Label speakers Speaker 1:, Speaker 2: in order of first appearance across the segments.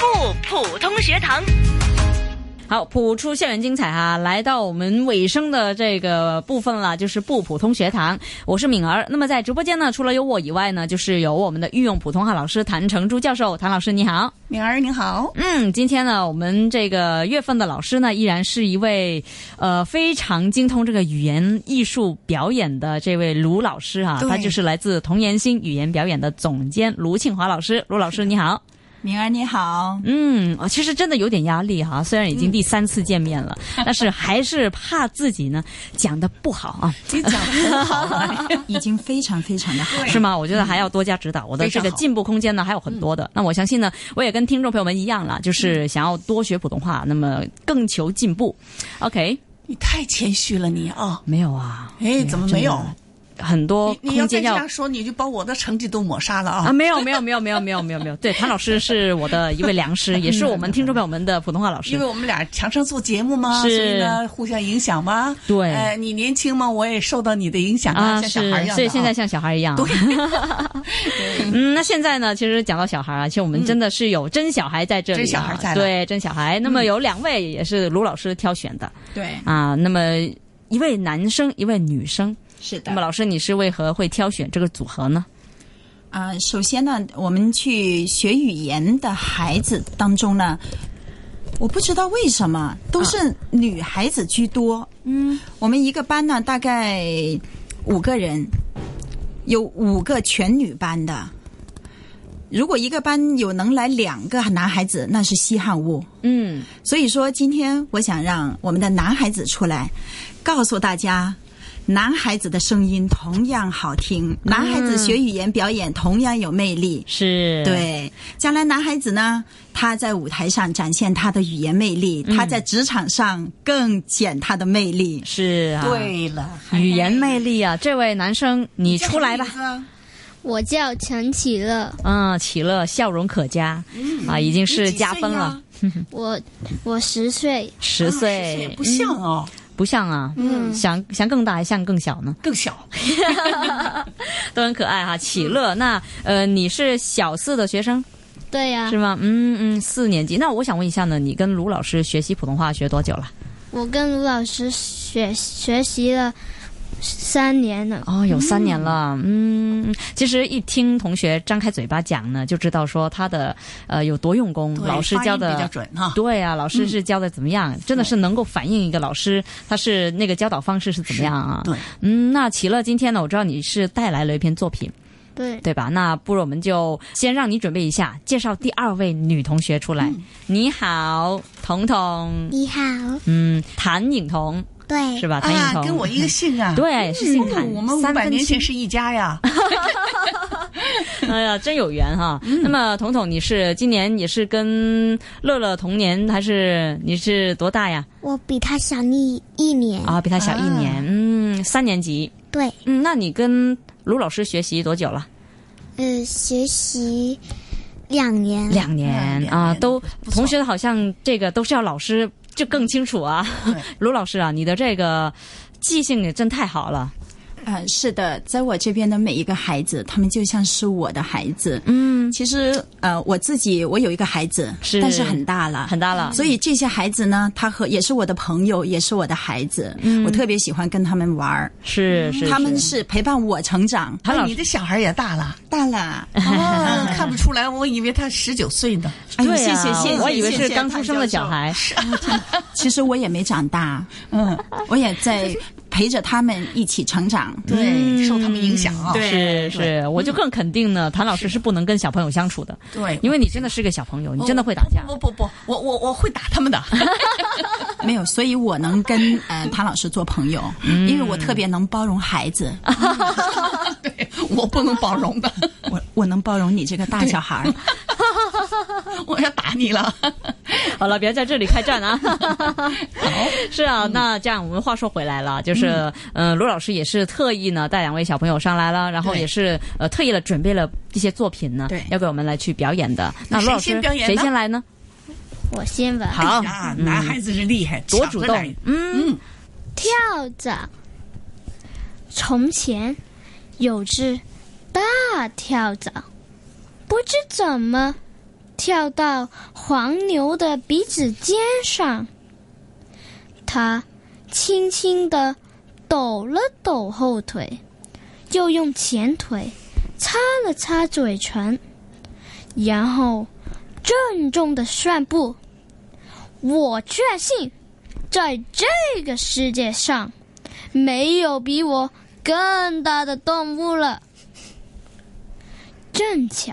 Speaker 1: 普通学堂。
Speaker 2: 好，普出校园精彩哈、啊，来到我们尾声的这个部分了，就是不普通学堂，我是敏儿。那么在直播间呢，除了有我以外呢，就是有我们的御用普通话老师谭成珠教授，谭老师你好，
Speaker 3: 敏儿你好。
Speaker 2: 嗯，今天呢，我们这个月份的老师呢，依然是一位呃非常精通这个语言艺术表演的这位卢老师哈、啊，
Speaker 3: 对
Speaker 2: 他就是来自童言新语言表演的总监卢庆华老师，卢老师你好。
Speaker 3: 敏儿你好，
Speaker 2: 嗯，啊其实真的有点压力哈，虽然已经第三次见面了，
Speaker 4: 嗯
Speaker 2: 但是还是怕自己呢讲的不好啊，
Speaker 3: 你讲的好了，已经非常非常 的好了。
Speaker 2: 是吗？我觉得
Speaker 4: 嗯
Speaker 2: 还要多加指导，我的
Speaker 3: 非
Speaker 2: 这
Speaker 3: 常
Speaker 2: 个
Speaker 3: 好
Speaker 2: 进步空间呢还有很多的。那我相信呢，我也跟听众朋友们一样啦，
Speaker 4: 嗯
Speaker 2: 就是想要多学普通话，那么更求进步。OK，
Speaker 4: 你太谦虚了你啊！
Speaker 2: 没有啊？
Speaker 4: 哎，怎么没有？
Speaker 2: 真的很多
Speaker 4: 你你要
Speaker 2: 空
Speaker 4: 再
Speaker 2: 间
Speaker 4: 这样说，你就把我的成绩都抹杀了
Speaker 2: 啊，
Speaker 4: 啊！
Speaker 2: 没有没有没有没有没有没有没有，对，谭老师是我的一位良 师，也是我们听众朋友们的普通话老师
Speaker 4: 因为。我们俩常常做节目嘛，所
Speaker 2: 是
Speaker 4: 以呢互相影响嘛。
Speaker 2: 对
Speaker 4: 呃，你年轻嘛，我也受到你的影响啊，像小
Speaker 2: 是
Speaker 4: 孩一样的啊。
Speaker 2: 所以现在像小孩一样。啊对，嗯，那现在呢？其实讲到小孩啊，其实我们真的是有真小孩在这里、啊，
Speaker 4: 真小孩在了
Speaker 2: 对，真小孩。那么有两位也是卢老师挑选的、
Speaker 3: 对，
Speaker 2: 啊，那么一位男生，一位女生。
Speaker 3: 是的
Speaker 2: 那么。老师，你是为何会挑选这个组合呢？
Speaker 3: 啊、首先呢，我们去学语言的孩子当中呢，我不知道为什么都
Speaker 2: 啊
Speaker 3: 是女孩子居多。嗯，我们一个班呢，大概五个人，有五个全女班的。如果一个班有能来两个男孩子，那是稀罕物。
Speaker 2: 嗯，
Speaker 3: 所以说，今天我想让我们的男孩子出来，告诉大家，男孩子的声音同样好听，男孩子学语言表演同样有魅力。
Speaker 2: 是，
Speaker 3: 对，将来男孩子呢，他在舞台上展现他的语言魅力，他在职场上更显他的魅力。
Speaker 2: 是啊，，
Speaker 4: 对了，哎
Speaker 2: 语言魅力啊！这位男生，你
Speaker 4: 叫
Speaker 2: 出来
Speaker 4: 什么
Speaker 2: 吧。
Speaker 4: 名字啊。
Speaker 5: 我叫陈启乐，
Speaker 2: 嗯，喜乐笑容可嘉、
Speaker 4: 嗯
Speaker 2: 啊，已经是
Speaker 4: 你几
Speaker 2: 加
Speaker 4: 岁
Speaker 2: 分
Speaker 4: 呀
Speaker 2: 了，，
Speaker 5: 我我十岁，
Speaker 2: 十
Speaker 4: 十
Speaker 2: 岁
Speaker 4: 岁，不像哦，
Speaker 2: 不像啊，嗯，想想更大还像更小呢，
Speaker 4: 更小。
Speaker 2: 都很可爱哈、喜乐，那呃，你是小四的学生
Speaker 5: 对呀、
Speaker 2: 是吗？嗯嗯，四年级。那我想问一下呢，你跟卢老师学习普通话学多久了？
Speaker 5: 我跟卢老师学学习了三年了。
Speaker 2: 哦，有三年了。嗯，其实一听同学张开嘴巴讲呢，就知道说他的呃有多用功，
Speaker 4: 对
Speaker 2: 老师
Speaker 4: 发音
Speaker 2: 教
Speaker 4: 比较
Speaker 2: 的。
Speaker 4: 准哈。
Speaker 2: 对啊，老师是教的怎么样？真的是能够反映一个老师他是那个教导方式是怎么样啊？
Speaker 4: 对，
Speaker 2: 嗯，那齐乐今天呢，我知道你是带来了一篇作品，
Speaker 5: 对，
Speaker 2: 对吧？那不如我们就先让你准备一下，介绍第二位女同学出
Speaker 4: 嗯
Speaker 2: 来。你好，彤彤，
Speaker 5: 你好，
Speaker 2: 嗯，谭颖彤
Speaker 5: 对
Speaker 2: 是吧？谭颖
Speaker 4: 啊，
Speaker 2: 彤，
Speaker 4: 跟我一个姓啊。
Speaker 2: 对，是姓谭
Speaker 4: 嗯，我们五
Speaker 2: 三
Speaker 4: 百
Speaker 2: 分
Speaker 4: 年前
Speaker 2: 亲
Speaker 4: 是一 家呀。
Speaker 2: 哎呀，真有缘哈。
Speaker 4: 嗯
Speaker 2: 那么，彤彤，你是今年也是跟乐乐同年，还是你是多大呀？
Speaker 5: 我比他小一一年
Speaker 2: 啊，比他小一年，嗯，三年级。
Speaker 5: 对，
Speaker 2: 嗯，那你跟卢老师学习多久了？
Speaker 5: 呃，学习两
Speaker 3: 嗯
Speaker 5: 年
Speaker 2: 两年
Speaker 4: 两
Speaker 2: 啊，
Speaker 4: 年
Speaker 2: 都
Speaker 4: 不错
Speaker 2: 同学好像这个都是要老师就更清楚啊。卢老师啊，你的这个记性也真太好了。
Speaker 3: 呃，是的，在我这边的每一个孩子，他们就像是我的孩子。
Speaker 2: 嗯，
Speaker 3: 其实，呃，我自己我有一个孩子，
Speaker 2: 是
Speaker 3: 但是很大了，
Speaker 2: 很大了。
Speaker 3: 所以这些孩子呢，他和也是我的朋友，也是我的孩子，
Speaker 4: 嗯
Speaker 3: 我特别喜欢跟他们玩儿，
Speaker 2: 是是，
Speaker 3: 他们是陪伴我成长。
Speaker 2: 谭
Speaker 4: 哎
Speaker 2: 老
Speaker 4: 你
Speaker 2: 师嗯
Speaker 4: 的小孩也大了，
Speaker 3: 大 了，
Speaker 4: 哦，看不出来，我以为他十九岁呢。
Speaker 3: 哎呦
Speaker 2: 对
Speaker 3: 谢
Speaker 2: 啊
Speaker 3: 谢谢谢，
Speaker 2: 我以为
Speaker 3: 谢
Speaker 2: 是
Speaker 3: 谢
Speaker 2: 刚出生的小孩。
Speaker 3: 其实我也没长大，嗯，我也在陪着他们一起成长。嗯
Speaker 2: 嗯
Speaker 4: 对，受他们影响啊。
Speaker 2: 是
Speaker 3: 对
Speaker 2: 是，我就更肯定呢，谭老师是不能跟小朋友相处的，
Speaker 4: 对，
Speaker 2: 因为你真的是个小朋友，你真的
Speaker 3: 哦
Speaker 2: 会打架。
Speaker 4: 不不不不，我我我会打 他们的。
Speaker 3: 没有，所以我能跟呃谭老师做朋友，
Speaker 4: 嗯
Speaker 3: 因为我特别能包容孩子，
Speaker 4: 对我不能包 容的，
Speaker 3: 我我能包容你这个大小 孩儿。
Speaker 4: 我要打你了。
Speaker 2: 好了，别在这里开战啊！ 是
Speaker 4: 嗯
Speaker 2: 啊，那这样我们话说回来了，就是嗯、呃，卢老师也是特意呢带两位小朋友上来了，然后
Speaker 4: 对
Speaker 2: 也是呃特意的准备了一些作品呢
Speaker 4: 对，
Speaker 2: 要给我们来去表演的。那
Speaker 4: 那
Speaker 2: 卢
Speaker 4: 谁
Speaker 2: 老师
Speaker 4: 先表演
Speaker 2: 谁
Speaker 4: 呢
Speaker 2: 先来呢？
Speaker 5: 我先吧，
Speaker 2: 好，嗯
Speaker 4: 啊，男孩子是厉害，
Speaker 2: 多
Speaker 4: 抢
Speaker 2: 主
Speaker 4: 着
Speaker 2: 动
Speaker 4: 来，
Speaker 2: 嗯
Speaker 5: 跳蚤。从前有只大跳蚤，不知怎么，跳跳到黄牛的鼻子尖上。他轻轻地抖了抖后腿，又用前腿擦了擦嘴唇，然后郑重地宣布：“我确信，在这个世界上，没有比我更大的动物了。”正巧，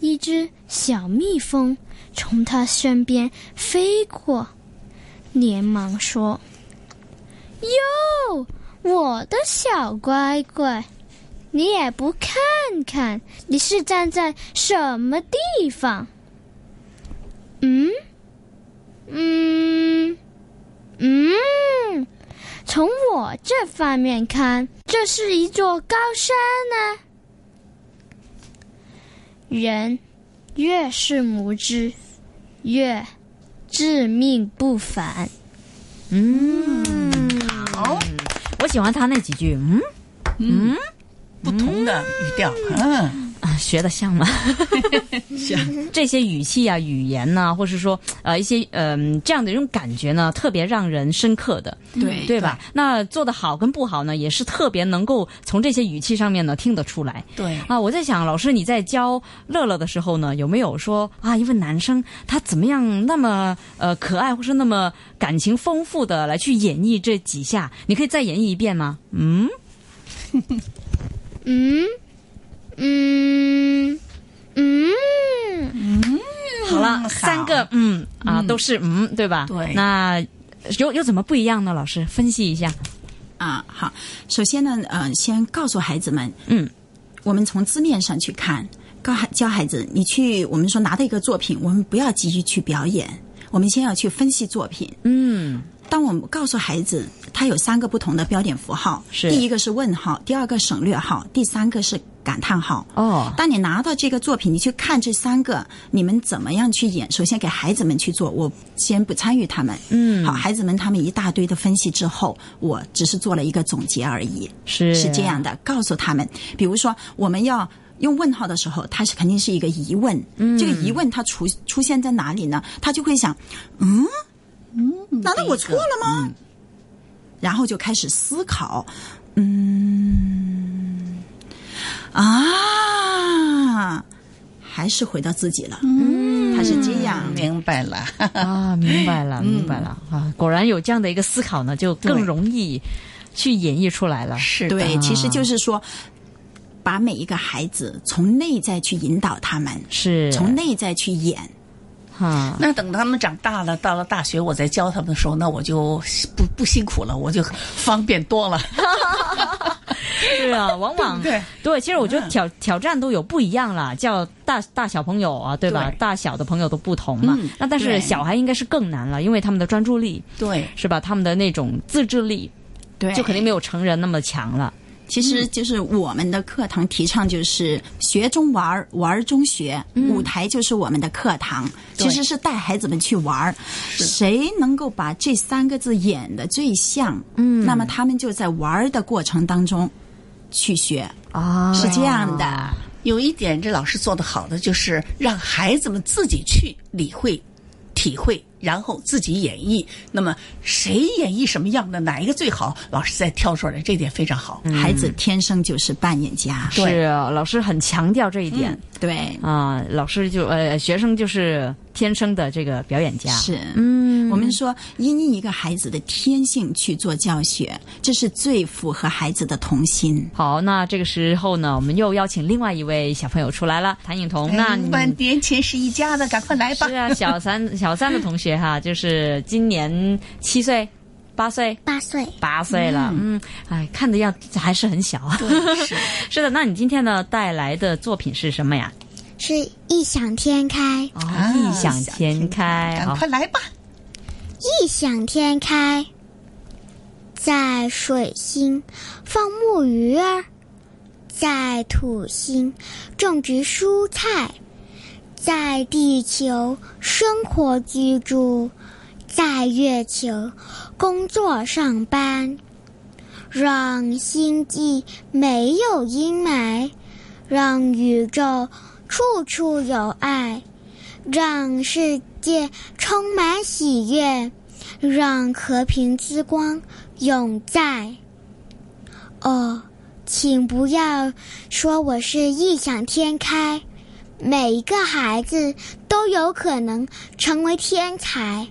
Speaker 5: 一只小蜜蜂从他身边飞过，连忙说：“哟，我的小乖乖，你也不看看你是站在什么地方？嗯，嗯，嗯，从我这方面看，这是一座高山呢、人越是无知，越致命不凡。
Speaker 2: 我喜欢他那几句，嗯
Speaker 4: 不同的语调，嗯，
Speaker 2: 啊，学的像 吗？
Speaker 4: 啊
Speaker 2: 这些语气啊、语言呐、或是说呃一些嗯、这样的一种感觉呢，特别让人深刻的，
Speaker 4: 对
Speaker 2: 对吧？那做的好跟不好呢，也是特别能够从这些语气上面呢听得出来。
Speaker 4: 对，
Speaker 2: 啊，我在想，老师你在教乐乐的时候呢，有没有说啊，一位男生他怎么样那么呃可爱，或是那么感情丰富的来去演绎这几下？你可以再演绎一遍吗？嗯，
Speaker 5: 嗯嗯嗯，
Speaker 2: 好了，
Speaker 4: 好
Speaker 2: 三个嗯啊、都是嗯，对吧？
Speaker 4: 对
Speaker 2: 那有有怎么不一样呢？老师分析一下。
Speaker 3: 啊，好，首先呢，呃，先告诉孩子们，
Speaker 2: 嗯，
Speaker 3: 我们从字面上去看，告孩教孩子，你去，我们说拿到一个作品，我们不要急于去表演，我们先要去分析作品。
Speaker 2: 嗯
Speaker 3: 当我们告诉孩子，它有三个不同的标点符号，
Speaker 2: 是
Speaker 3: 第一个是问号，第二个省略号，第三个是感叹号。
Speaker 2: 哦
Speaker 3: 当你拿到这个作品，你去看这三个，你们怎么样去演？首先给孩子们去做，我先不参与他们。
Speaker 2: 嗯
Speaker 3: 好，孩子们他们一大堆的分析之后，我只是做了一个总结而已。
Speaker 2: 是
Speaker 3: 是这样的，告诉他们，比如说我们要。用问号的时候，它是肯定是一个疑问。嗯，这个疑问它出出现在哪里呢？他就会想，嗯，难道我错了吗？然后就开始思考，嗯，啊，还是回到自己了。嗯，他是这样。
Speaker 4: 明白 了，
Speaker 2: 啊，明白了，明白了、啊！果然有这样的一个思考呢，就更
Speaker 4: 对
Speaker 2: 容易去演绎出来了。
Speaker 4: 是的，
Speaker 3: 对，其实就是说，把每一个孩子从内在去引导他们，
Speaker 2: 是
Speaker 3: 从内在去演。
Speaker 2: 哈，
Speaker 4: 那等他们长大了，到了大学，我再教他们的时候，那我就不不辛苦了，我就方便多了。
Speaker 2: 是啊，往 往
Speaker 4: 对
Speaker 2: 其实我觉得挑挑战都有不一样啦，叫大大小朋友啊，对吧？
Speaker 4: 对
Speaker 2: 大小的朋友都不同嘛。
Speaker 4: 嗯
Speaker 2: 那但是
Speaker 4: 对
Speaker 2: 小孩应该是更难了，因为他们的专注力
Speaker 4: 对，
Speaker 2: 是吧？他们的那种自制力
Speaker 3: 对
Speaker 2: 就肯定没有成人那么强了。
Speaker 3: 其实就是我们的课堂提倡就是学中玩儿，玩儿中学，舞台就是我们的课堂，
Speaker 4: 对
Speaker 3: 其实是带孩子们去玩儿。谁能够把这三个字演的最像，嗯，那么他们就在玩儿的过程当中去学，
Speaker 2: 啊，
Speaker 3: 是这样的。
Speaker 4: 有一点这老师做得好的就是让孩子们自己去理会、体会，然后自己演绎。那么谁演绎什么样的，哪一个最好，老师再挑出来，这点非常好。
Speaker 2: 嗯
Speaker 3: 孩子天生就是扮演家，
Speaker 4: 对
Speaker 2: 是啊老师很强调这一点。
Speaker 3: 对，
Speaker 2: 啊、老师就呃，学生就是天生的这个表演家，
Speaker 3: 是，嗯，我们说因应一个孩子的天性去做教学，这是最符合孩子的童心。
Speaker 2: 好，那这个时候呢，我们又邀请另外一位小朋友出来了，谭颖
Speaker 4: 哎
Speaker 2: 彤。那你
Speaker 4: 万年前是一家的，赶快来吧
Speaker 2: 是！啊，小 三小三的同学哈，就是今年七岁、八岁、
Speaker 5: 八岁。
Speaker 2: 八岁了，嗯，哎，看的样子还是很小啊。
Speaker 4: 对，是
Speaker 2: 是的，那你今天呢带来的作品是什么呀？
Speaker 5: 是异想天开，
Speaker 2: 哦，
Speaker 4: 啊
Speaker 2: 异想天开
Speaker 4: 赶
Speaker 2: 哦
Speaker 4: 快来吧！
Speaker 5: 异想天开，在水星放木鱼儿，在土星种植蔬菜，在地球生活居住，在月球工作上班，让星际没有阴霾，让宇宙处处有爱。让世界充满喜悦，让和平之光永在。哦，请不要说我是异想天开，每一个孩子都有可能成为天才。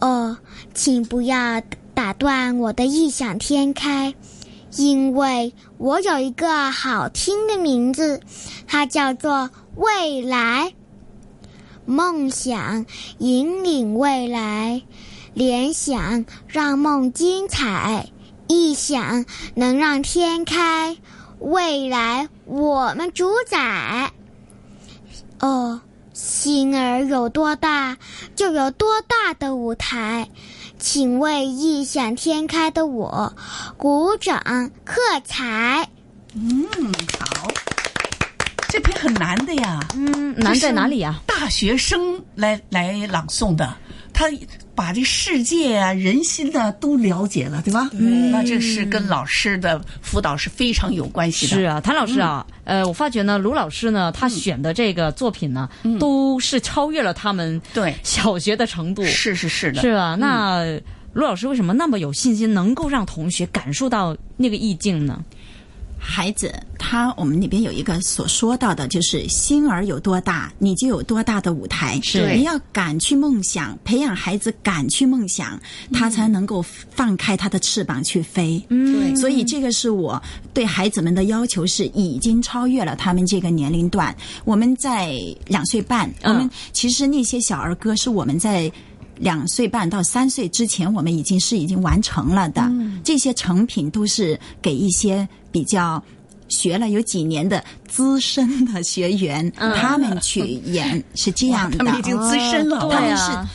Speaker 5: 哦，请不要打断我的异想天开，因为我有一个好听的名字，它叫做未来。梦想引领未来，联想让梦精彩，臆想能让天开，未来我们主宰。哦，心儿有多大，就有多大的舞台。请为异想天开的我鼓掌喝彩。
Speaker 4: 嗯，好，这篇很难的呀。
Speaker 2: 嗯，难在哪里呀、
Speaker 4: 大学生来来朗诵的，他把这世界啊、人心呢、都了解了，对吧？嗯那这是跟老师的辅导是非常有关系的。嗯
Speaker 2: 是啊，谭老师啊，呃，我发觉呢，卢老师呢，他选的这个作品呢，都是超越了他们
Speaker 4: 嗯对
Speaker 2: 小学的程度。
Speaker 4: 是是是的，嗯
Speaker 2: 是啊，那卢老师为什么那么有信心，能够让同学感受到那个意境呢？
Speaker 3: 孩子，他我们里边有一个所说到的，就是心儿有多大，你就有多大的舞台。
Speaker 2: 是
Speaker 3: 你要敢去梦想，培养孩子敢去梦想，他才能够放开他的翅膀去飞。
Speaker 2: 嗯
Speaker 4: 对
Speaker 3: 所以这个是我对孩子们的要求，是已经超越了他们这个年龄段。我们在两岁半，我
Speaker 2: 嗯
Speaker 3: 们其实那些小儿歌是我们在。两岁半到三岁之前，我们已经是已经完成了的。
Speaker 4: 嗯
Speaker 3: 这些成品都是给一些比较学了有几年的资深的学员，他们去演是这样的。
Speaker 4: 嗯他们已经嗯资深了。
Speaker 2: 哦
Speaker 3: 他
Speaker 2: 对
Speaker 3: 们
Speaker 2: 啊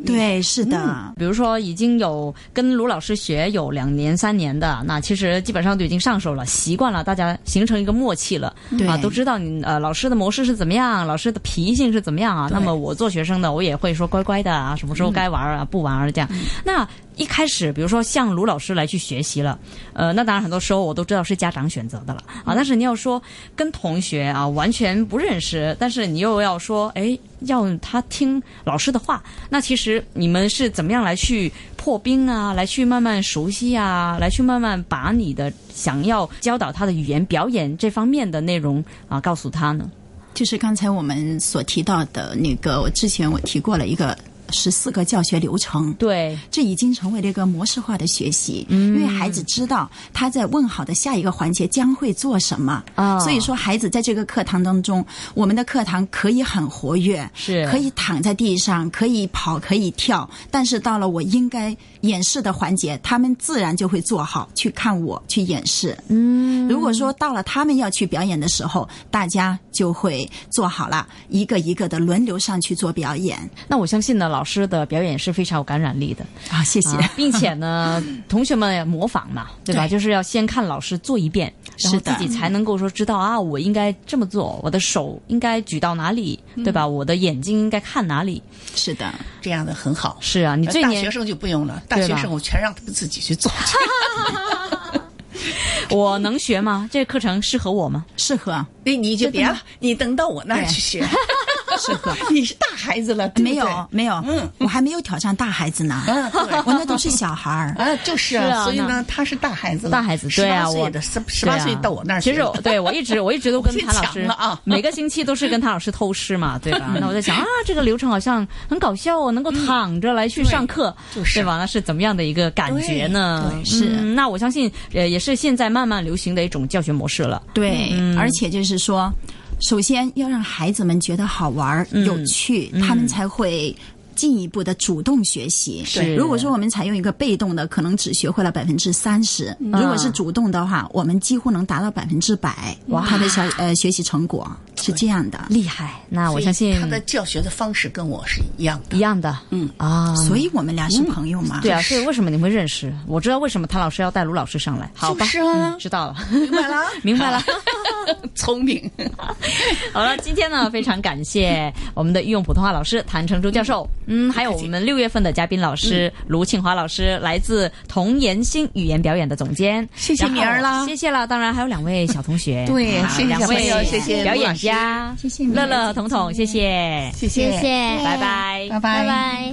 Speaker 3: 是，对，是的。
Speaker 4: 嗯
Speaker 2: 比如说已经有跟卢老师学有两年三年的，那其实基本上都已经上手了，习惯了，大家形成一个默契了，
Speaker 3: 对
Speaker 2: 啊，都知道你呃老师的模式是怎么样，老师的脾性是怎么样啊。那么我做学生的，我也会说乖乖的啊，什么时候该玩啊，不玩啊这样。那一开始，比如说像卢老师来去学习了，呃，那当然很多时候我都知道是家长选择的了啊。但是你要说跟同学啊完全不认识，但是你又要说，哎，要他听老师的话，那其实你们是怎么样来去破冰啊，来去慢慢熟悉啊，来去慢慢把你的想要教导他的语言表演这方面的内容啊告诉他呢？
Speaker 3: 就是刚才我们所提到的那个，我之前我提过了一个十四个教学流程，
Speaker 2: 对，
Speaker 3: 这已经成为了一个模式化的学习，
Speaker 4: 嗯
Speaker 3: 因为孩子知道他在问好的下一个环节将会做什么，
Speaker 2: 啊
Speaker 3: 所以说孩子在这个课堂当中，我们的课堂可以很活跃，
Speaker 2: 是
Speaker 3: 可以躺在地上，可以跑，可以跳，但是到了我应该演示的环节，他们自然就会做好，去看我去演示。嗯，如果说到了他们要去表演的时候，大家就会做好了，一个一个的轮流上去做表演
Speaker 2: 那我相信呢，老师的表演是非常有感染力的。
Speaker 3: 啊，谢谢。
Speaker 2: 啊并且呢， 同学们也模仿嘛，对吧？
Speaker 3: 对
Speaker 2: 就是要先看老师做一遍，然后
Speaker 3: 是
Speaker 2: 自
Speaker 3: 的
Speaker 2: 己才能够说知道啊，我应该这么做，我的手应该举到哪里，对吧？我的眼睛应该看哪里？
Speaker 3: 是的，
Speaker 4: 这样的很好。
Speaker 2: 是啊，你最
Speaker 4: 呃大
Speaker 2: 年
Speaker 4: 学生就不用了，大
Speaker 2: 对
Speaker 4: 学
Speaker 2: 吧
Speaker 4: 生我全让他们自己去做去。
Speaker 2: 我能学吗？这个课程适合我吗？
Speaker 3: 适合。
Speaker 4: 你你就别了，你等到我那儿去学。
Speaker 3: 适合
Speaker 4: 你是大孩子了，对不
Speaker 3: 没有
Speaker 4: 对
Speaker 3: 没有，
Speaker 4: 嗯
Speaker 3: 我还没有挑战大孩子呢，
Speaker 4: 啊，对。
Speaker 3: 我那都是小孩儿。
Speaker 4: 啊，就是
Speaker 2: 是啊
Speaker 4: 所以
Speaker 2: 那
Speaker 4: 呢，他是大孩子了，
Speaker 2: 大孩子
Speaker 4: 十
Speaker 2: 对啊
Speaker 4: 八
Speaker 2: 我
Speaker 4: 岁的十十
Speaker 2: 对
Speaker 4: 八
Speaker 2: 啊
Speaker 4: 岁到我那儿去
Speaker 2: 其
Speaker 4: 了，
Speaker 2: 实我对我一直我一直都跟
Speaker 4: 我先
Speaker 2: 谭老师
Speaker 4: 抢了啊
Speaker 2: 每个星期都是跟谭老师偷师嘛，对 吧？那我在想啊，这个流程好像很搞笑哦，能够躺着来去上课，
Speaker 4: 嗯就是
Speaker 2: 对吧？那是怎么样的一个感觉呢？
Speaker 4: 对对
Speaker 3: 是
Speaker 2: 嗯那我相信呃也是现在慢慢流行的一种教学模式了。
Speaker 3: 对，
Speaker 2: 嗯
Speaker 3: 而且就是说，首先要让孩子们觉得好玩儿、
Speaker 2: 嗯
Speaker 3: 有趣，他们才会。进一步的主动学习，
Speaker 2: 是
Speaker 3: 如果说我们采用一个被动的，可能只学会了百分之三十；
Speaker 2: 嗯
Speaker 3: 如果是主动的话，我们几乎能达到百分之百。他的小呃学习成果是这样的，
Speaker 2: 厉害！那我
Speaker 4: 所以
Speaker 2: 相信
Speaker 4: 他的教学的方式跟我是一样的
Speaker 2: 一。样的，嗯啊，
Speaker 3: 所以我们俩是朋友嘛。
Speaker 2: 对啊，所以为什么你会认识？我知道为什么谭老师要带卢老师上来，好吧？
Speaker 4: 就是啊
Speaker 2: 嗯知道了，
Speaker 4: 明白了啊，
Speaker 2: 明白了。
Speaker 4: 聪明。
Speaker 2: 好了，今天呢，非常感谢我们的御用普通话老师谭成珠教授，嗯，还有我们六月份的嘉宾老师
Speaker 4: 嗯
Speaker 2: 卢庆华老师，来自童言新语言表演的总监，
Speaker 4: 谢谢
Speaker 2: 然后
Speaker 4: 敏儿啦
Speaker 2: 谢谢了，当然还有两位小同学，
Speaker 4: 对
Speaker 2: 啊
Speaker 4: 谢谢
Speaker 2: 两
Speaker 4: 小朋
Speaker 2: 位
Speaker 4: 友谢谢
Speaker 2: 表
Speaker 4: 卢
Speaker 2: 演
Speaker 4: 老师佳、
Speaker 5: 谢谢你
Speaker 4: 乐乐、彤彤，谢谢，
Speaker 3: 谢
Speaker 2: 谢谢，
Speaker 4: 拜拜。
Speaker 5: 拜
Speaker 2: 拜拜。